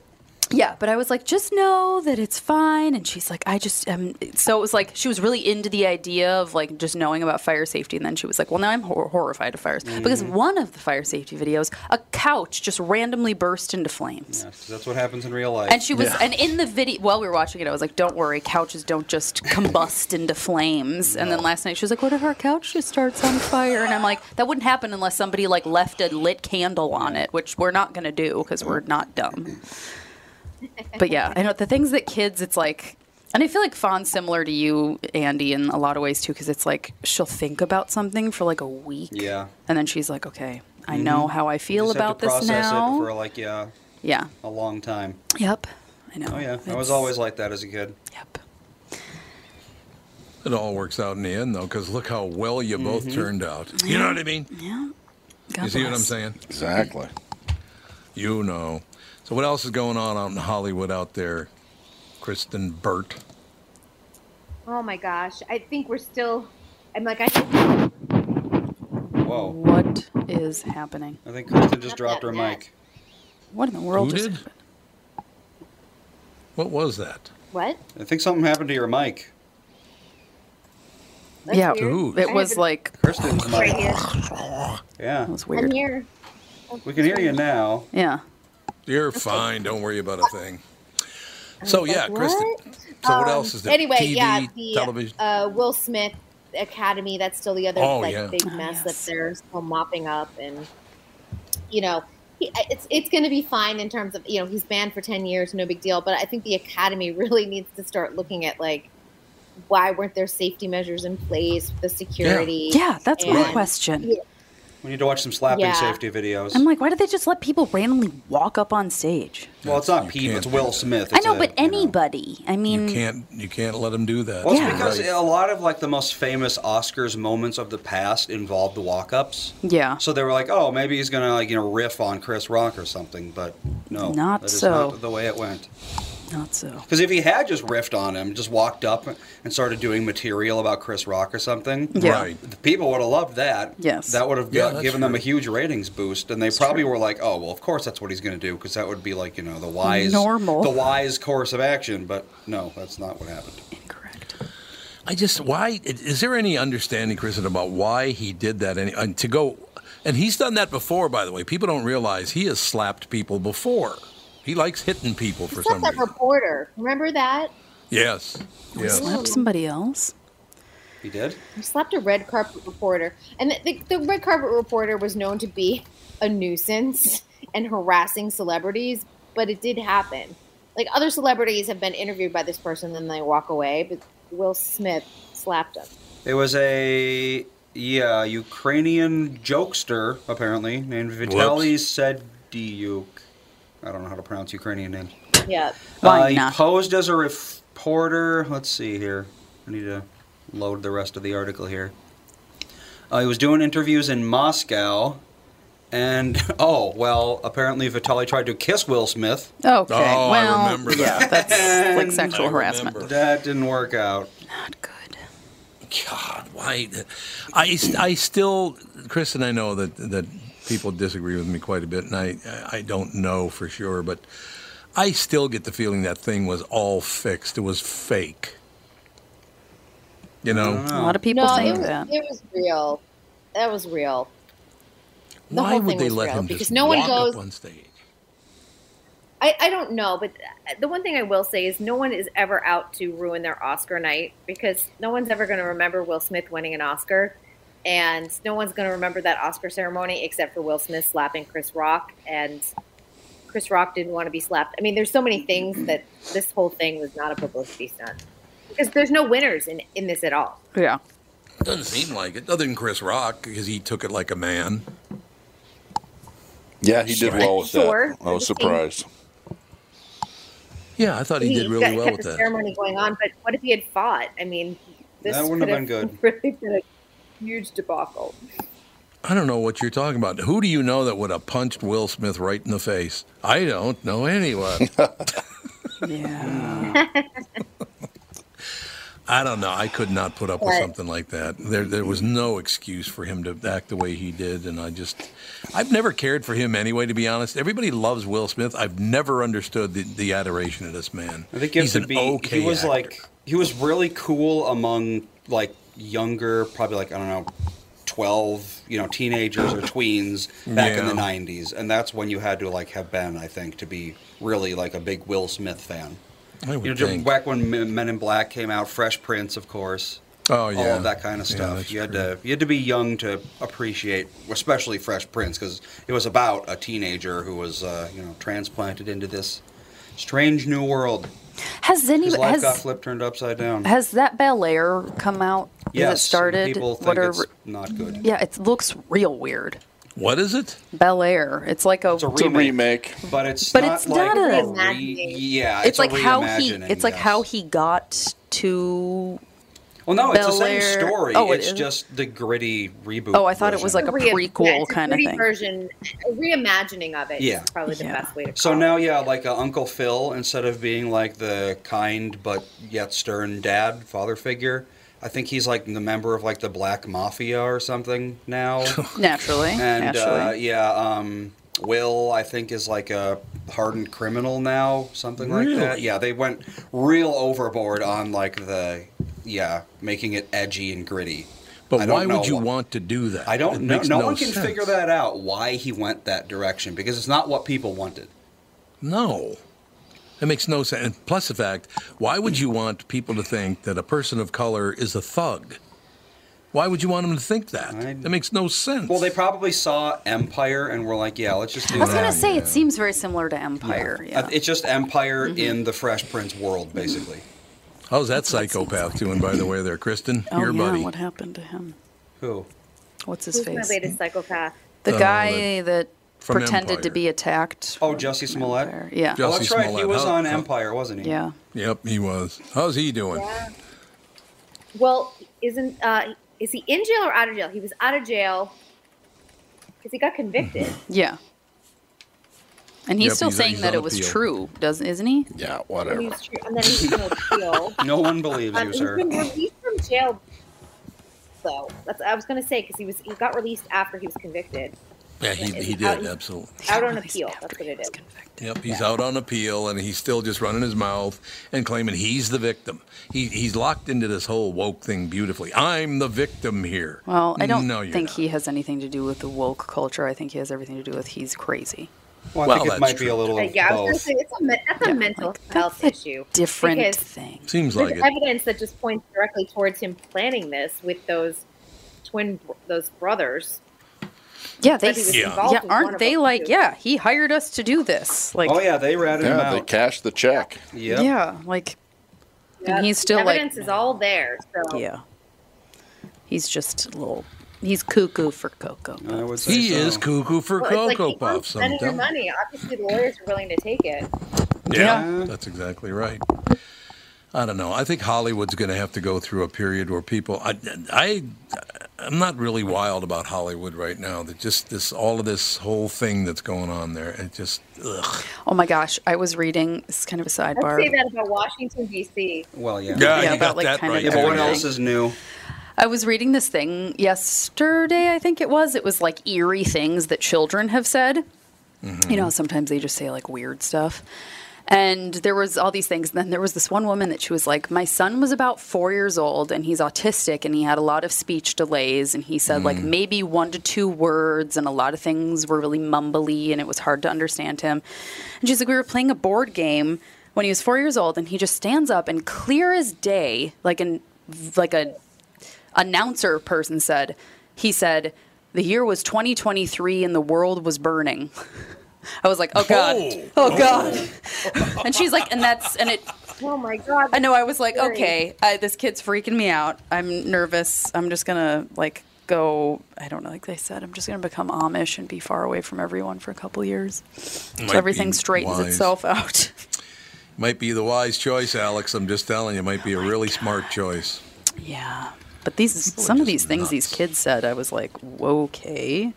S8: yeah, but I was like, just know that it's fine. And she's like, I just um. So it was like she was really into the idea of like just knowing about fire safety. And then she was like, well, now I'm hor- horrified of fires
S2: Mm-hmm.
S8: because one of the fire safety videos, a couch just randomly burst into flames.
S2: That's what happens in real life.
S8: And she was, and in the video, while we were watching it, I was like, "Don't worry, couches don't just combust into flames." And then last night, she was like, "What if our couch just starts on fire?" And I'm like, "That wouldn't happen unless somebody like left a lit candle on it, which we're not gonna do because we're not dumb." But yeah, I know the things that kids, it's like, and I feel like Fawn's similar to you, Andy, in a lot of ways too, because it's like she'll think about something for like a week,
S2: yeah.
S8: and then she's like, "Okay, I know
S2: Mhm.
S8: how I feel
S2: Just
S8: about
S2: have to
S8: this
S2: process
S8: now."
S2: It for like yeah,
S8: yeah.
S2: a long time.
S8: Yep. I know.
S2: Oh yeah, I
S8: It's-
S2: was always like that as a kid.
S1: It all works out in the end, though, because look how well you both
S2: Mhm.
S1: turned out. You know what I mean?
S8: Yeah.
S1: you see what I'm saying? Exactly. You know. So what else is going on out in Hollywood out there, Kristen Burt?
S7: Oh my gosh. I think we're still. I'm like, I.
S2: Whoa.
S8: What is happening?
S2: I think Kristen just dropped her mic.
S8: What in the world
S2: Who
S8: just
S2: did?
S8: happened?
S1: What was that?
S7: What?
S2: I think something happened to your mic.
S7: That's
S8: yeah,
S7: weird. Dude.
S8: it
S7: I
S8: was
S7: haven't-
S8: like
S2: Kristen's mic.
S8: That
S2: Yeah.
S8: was weird.
S7: here.
S2: We can hear you now.
S8: Yeah.
S1: You're fine. Don't worry about a thing. So yeah,
S7: What?
S1: Kristen. So what
S7: Um,
S1: else is there?
S7: Anyway,
S1: TV,
S7: yeah, the
S1: television.
S7: Uh, Will Smith Academy. That's still the other
S1: Oh,
S7: like
S1: yeah.
S7: big
S1: Oh,
S7: mess that they're still mopping up, and you know, he, it's it's going to be fine in terms of you know he's banned for ten years, no big deal. But I think the Academy really needs to start looking at like why weren't there safety measures in place, the security?
S8: Yeah, that's my
S7: and-
S8: question.
S7: Yeah,
S2: We need to watch some slapping
S7: Yeah.
S2: safety videos.
S8: I'm like, why do they just let people randomly walk up on stage?
S2: well, it's not Pete, it's Will Smith.
S8: I
S2: It's
S8: know,
S2: a-
S8: but anybody. I
S7: um,
S8: mean,
S1: you can't you can't let him do that.
S2: Well, it's because a lot of like the most famous Oscars moments of the past involved the walk-ups.
S8: Yeah.
S2: So they were like, "Oh, maybe he's gonna like you know riff on Chris Rock or something," but no,
S8: Not
S2: that is
S8: so.
S2: not the way it went.
S8: Not so.
S2: Because if he had just riffed on him, just walked up and started doing material about Chris Rock or something,
S8: Yeah. Right.
S2: the people would have loved that.
S8: Yes.
S2: That would have
S8: Yeah,
S2: got,
S8: that's
S2: given them a huge ratings boost, and they probably were like, "Oh, well, of course that's what he's going to do," because that would be like you know the wise,
S8: Normal.
S2: the wise course of action. But no, that's not what happened.
S1: I just why is there any understanding, Kristen, about why he did that? Any and to go, and he's done that before, by the way. People don't realize he has slapped people before. He likes hitting people for
S7: It's
S1: some
S7: not that
S1: reason.
S7: reporter. Remember that?
S1: Yes,
S8: we
S1: yes.
S8: slapped somebody else.
S2: He did.
S7: He slapped a red carpet reporter, and the, the, the red carpet reporter was known to be a nuisance and harassing celebrities, but it did happen. Like other celebrities have been interviewed by this person, and they walk away, but Will Smith slapped him.
S2: It was a yeah Ukrainian jokester apparently named Vitaly Sediuk. I don't know how to pronounce Ukrainian names.
S7: Yeah.
S2: Uh, he posed as a reporter. Let's see here. I need to load the rest of the article here. Uh, he was doing interviews in Moscow, and oh well, apparently Vitaly tried to kiss Will Smith.
S8: Okay.
S1: Oh,
S8: well, yeah, that's like
S2: And
S8: sexual harassment.
S2: That didn't work out.
S1: God, why? I, I still, Chris and I know that that people disagree with me quite a bit, and I I don't know for sure, but I still get the feeling that thing was all fixed. It was fake. You know,
S8: A lot of people
S7: no,
S8: think
S7: it was,
S8: that.
S7: It was real. That was real. The
S1: why
S7: whole
S1: would
S7: thing
S1: they
S7: was
S1: let
S7: real,
S1: him
S7: because
S1: just
S7: no one
S1: walk
S7: goes-
S1: up on stage?
S7: I, I don't know, but the one thing I will say is no one is ever out to ruin their Oscar night because no one's ever going to remember Will Smith winning an Oscar. And no one's going to remember that Oscar ceremony except for Will Smith slapping Chris Rock. And Chris Rock didn't want to be slapped. I mean, there's so many things that this whole thing was not a publicity stunt because there's no winners in, in this at all.
S8: Yeah.
S1: Doesn't seem like it. Other than Chris Rock, because he took it like a man.
S4: Yeah, he did well with that.
S7: Sure.
S4: I was surprised.
S1: Yeah, I thought he did
S7: he's got-
S1: really well
S7: kept
S1: with
S7: the
S1: that.
S7: ceremony going on, but what if he had fought? I mean, this
S1: That wouldn't
S7: could
S1: have been good.
S7: Really been a huge debacle.
S1: I don't know what you're talking about. Who do you know that would have punched Will Smith right in the face? I don't know anyone.
S8: yeah.
S1: I don't know. I could not put up with
S8: But-
S1: something like that. There, there was no excuse for him to act the way he did, and I just, I've never cared for him anyway. To be honest, everybody loves Will Smith. I've never understood the, the adoration of this man.
S2: I think you have
S1: he's
S2: to
S1: an
S2: be.
S1: okay.
S2: he was
S1: actor.
S2: like he was really cool among like younger, probably like I don't know, twelve, you know, teenagers or tweens back in the
S1: Yeah.
S2: '90s, and that's when you had to like have been, I think, to be really like a big Will Smith fan.
S1: I would
S2: you know, just
S1: think.
S2: back when Men Men in Black came out, Fresh Prince, of course.
S1: Oh,
S2: all
S1: yeah.
S2: of that kind of
S1: Yeah,
S2: stuff.
S1: that's
S2: you had to you had to be young to appreciate, especially Fresh Prince, because it was about a teenager who was uh, you know transplanted into this strange new world.
S8: Has any
S2: His life
S8: has
S2: got flipped, turned upside down.
S8: has that ballet come out?
S2: yes,
S8: Has it started?
S2: People think it's not good.
S8: Yeah, it looks real weird.
S1: What is it?
S8: Bel Air. It's like a,
S2: but it's
S8: But
S2: not
S8: it's
S2: like
S8: not a-
S2: a re- yeah.
S8: It's,
S2: a
S8: like how he.
S2: reimagining,
S8: It's like
S2: yes.
S8: how he got to.
S2: Well, no, it's the same
S8: Bel-Air.
S2: story.
S8: Oh, it
S2: it's
S8: is?
S2: just the gritty reboot.
S8: Oh, I thought it was
S2: version.
S8: like a
S7: Re-
S8: prequel
S7: yeah, it's a
S8: kind of
S7: gritty
S8: thing.
S7: version, a reimagining of it. is
S2: Yeah.
S7: probably the best way to.
S2: So now, yeah, like uh, Uncle Phil, instead of being like the kind but yet stern dad father figure, I think he's like the member of like the Black Mafia or something now.
S8: Naturally.
S2: and
S8: naturally.
S2: uh, yeah, um, Will I think is like a hardened criminal now, something like that.
S1: Really?
S2: Yeah, they went real overboard on like the yeah making it edgy and gritty. I
S1: But
S2: don't
S1: why
S2: know
S1: would you
S2: why-
S1: want to do that?
S2: I
S1: It
S2: don't know.
S1: makes
S2: No, one can
S1: sense.
S2: figure that out why he went that direction because it's not what people wanted.
S1: No. It makes no sense. And plus the fact, why would you want people to think that a person of color is a thug? Why would you want them to think that? that makes no sense.
S2: Well, they probably saw Empire and were like, yeah, let's just do
S8: I was
S2: that.
S8: gonna say it seems very similar to Empire. Yeah. Mm-hmm.
S2: Uh, It's just Empire in the Fresh Prince world, basically.
S1: How's that psychopath doing, by the way, there, Kristen?
S8: Oh
S1: your
S8: yeah,
S1: buddy.
S8: what happened to him?
S2: Who?
S8: What's his
S7: Who's my
S8: face?
S7: latest psychopath?
S8: The
S1: Uh,
S8: guy that
S1: from
S8: pretended to
S1: Empire.
S8: be attacked.
S2: Oh, Jesse Smollett.
S8: Yeah.
S2: Oh, that's
S1: Jussie
S2: right. He
S1: Smollett.
S2: was
S1: How-
S2: on
S1: how-
S2: Empire, wasn't he?
S8: Yeah.
S1: Yep, he was. How's he doing?
S7: Well, isn't uh, is he in jail or out of jail? He was out of jail because he got convicted.
S8: Yeah. And he's
S1: Yeah, but
S8: still
S1: he's-
S8: saying
S1: he's
S8: that
S1: on
S8: it was
S1: appeal.
S8: true, doesn't isn't he?
S4: Yeah,
S7: And he was tr- and then he's going to appeal.
S2: No one believes
S7: Um,
S2: you,
S7: he's
S2: sir.
S7: been released from jail, though. That's I was going to say because he was he got released after he was convicted.
S1: Yeah, he, he
S7: Out-
S1: did, absolutely.
S7: Out on appeal. That's what it is.
S1: Yep, he's out on appeal and he's still just running his mouth and claiming he's the victim. He, he's locked into this whole woke thing beautifully. I'm the victim here.
S8: Well, I don't
S1: no, you're
S8: think
S1: not.
S8: he has anything to do with the woke culture. I think he has everything to do with he's crazy.
S2: Well, I
S1: Well,
S2: think it
S1: that's
S2: might be a
S1: true.
S2: little
S7: Uh,
S2: of
S7: yeah, I was going to
S2: both.
S7: say it's a, men- that's a mental health issue.
S8: Different
S7: because
S8: thing.
S1: Seems
S7: There's
S1: like it.
S7: evidence that just points directly towards him planning this with those twin br- those brothers.
S8: Yeah, they
S7: But he was
S8: yeah.
S7: involved in one
S8: aren't
S7: of
S8: they
S7: them,
S8: like
S7: too.
S8: yeah, he hired us to do this. Like
S2: oh, yeah, they ratted him
S4: Yeah,
S2: out.
S4: they cashed the check.
S2: Yep.
S8: yeah, like
S7: Yeah,
S8: and he's still like
S7: evidence is all there. So
S8: yeah. He's just a little he's cuckoo for cocoa.
S2: I would say
S1: He
S2: so.
S1: is cuckoo for
S7: Well, it's
S1: Cocoa
S7: like,
S1: Puffs. I'm
S7: Spending your
S1: telling you.
S7: money. Obviously, the lawyers are willing to take it.
S1: Yeah, that's exactly right. I don't know. I think Hollywood's going to have to go through a period where people. I, I, I'm not really wild about Hollywood right now. That just this all of this whole thing that's going on there. It just ugh.
S8: Oh my gosh, I was reading this is kind of a
S7: Let's say
S8: sidebar.
S7: that about Washington D.C.
S2: Well, yeah.
S1: Yeah,
S8: Yeah,
S1: you
S8: about,
S1: got
S8: like,
S1: that
S8: kind of
S1: right.
S2: Yeah, but what
S8: everything.
S2: else is new?
S8: I was reading this thing yesterday, I think it was. It was like eerie things that children have said. You know, sometimes they just say like weird stuff. And there was all these things. And then there was this one woman that she was like, My son was about four years old and he's autistic and he had a lot of speech delays. And he said, like, maybe one to two words and a lot of things were really mumbly and it was hard to understand him. And she's like, We were playing a board game when he was four years old and he just stands up and clear as day, like an, like a, announcer person said, he said, the year was 2023 and the world was burning. I was like, oh God, oh, God. and she's like, and that's, and it,
S7: Oh my God!
S8: I know I was like,
S7: Scary.
S8: okay, I, this kid's freaking me out. I'm nervous. I'm just going to like go, I don't know, like they said, I'm just going to become Amish and be far away from everyone for a couple years.
S1: Might
S8: So
S1: be
S8: everything straightens
S1: wise.
S8: itself out.
S1: Might be the wise choice, Alex. I'm just telling you, might be a really smart choice.
S8: Yeah. But these some of these things these kids said, I was like, okay.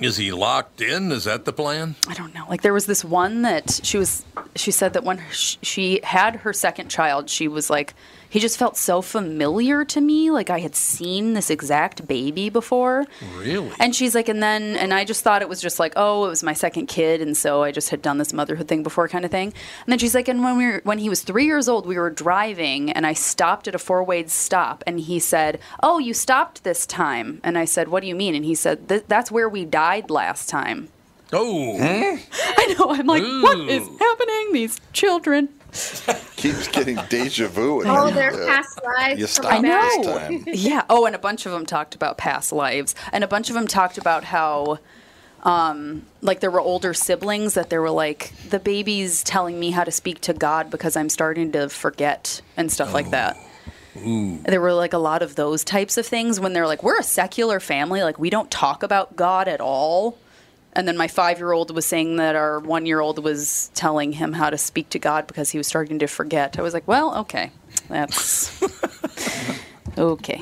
S1: Is he locked in? Is that the plan?
S8: I don't know. Like there was this one that she was she said that when sh- she had her second child, she was like he just felt so familiar to me, like I had seen this exact baby before.
S1: Really?
S8: And she's like, and then, and I just thought it was just like, oh, it was my second kid, and so I just had done this motherhood thing before, kind of thing. And then she's like, and when we were, when he was three years old, we were driving, and I stopped at a four way stop, and he said, oh, you stopped this time, and I said, what do you mean? And he said, "Th- that's where we died last time.
S1: Oh.
S8: I know. I'm like, what is happening? These children.
S4: Keeps getting deja vu. and
S8: Oh,
S4: then,
S8: their
S4: uh,
S8: past
S7: lives
S4: You stop this time.
S8: yeah. Oh, and a bunch of them talked about past lives, and a bunch of them talked about how, um, like there were older siblings that they were like the baby's telling me how to speak to God because I'm starting to forget and stuff like that.
S1: Ooh.
S8: There were like a lot of those types of things when they're like, we're a secular family, like we don't talk about God at all. And then my five year old was saying that our one year old was telling him how to speak to God because he was starting to forget. I was like, well, okay, that's okay.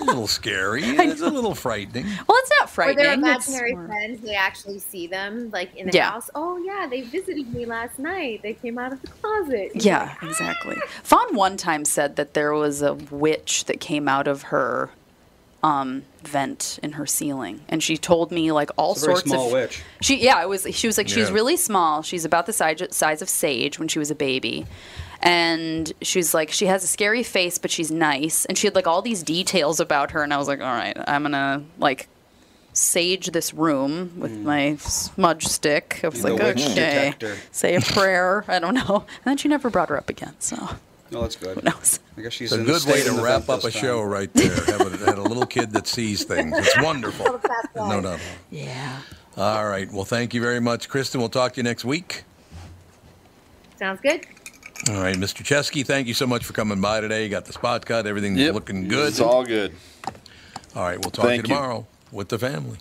S1: a little scary. It's a little frightening.
S8: Well, it's not
S7: Or
S8: frightening.
S7: their
S8: It's
S7: imaginary
S8: more-
S7: friends, they actually see them like in the
S8: Yeah.
S7: house. Oh yeah, they visited me last night. They came out of the closet. You're
S8: Yeah, exactly. Fawn one time said that there was a witch that came out of her um, vent in her ceiling, and she told me like all
S2: It's a very
S8: sorts
S2: small
S8: of.
S2: witch.
S8: She yeah, it was. She was like she was
S2: Yeah.
S8: really small. She's about the size size of Sage when she was a baby. And she's like, she has a scary face, but she's nice. And she had like all these details about her. And I was like, all right, I'm gonna like sage this room with my smudge stick. I was
S2: You're
S8: like,
S2: Hmm. the witch
S8: okay,
S2: detector.
S8: say a prayer. I don't know. And then she never brought her up again. So
S2: No, that's good. I guess she's
S1: It's a
S2: in the
S1: good
S2: state
S1: way to
S2: in the
S1: wrap
S2: vent
S1: up a
S2: this time.
S1: show right there. Have a, had a little kid that sees things. It's wonderful. No doubt. about it.
S8: yeah,
S1: All right. Well, thank you very much, Kristen. We'll talk to you next week.
S7: Sounds good.
S1: All right, Mr. Chesky, thank you so much for coming by today. You got the spot cut. Everything's looking good.
S4: It's all good.
S1: All right, we'll talk
S4: Thank
S1: to
S4: you.
S1: you tomorrow with the family.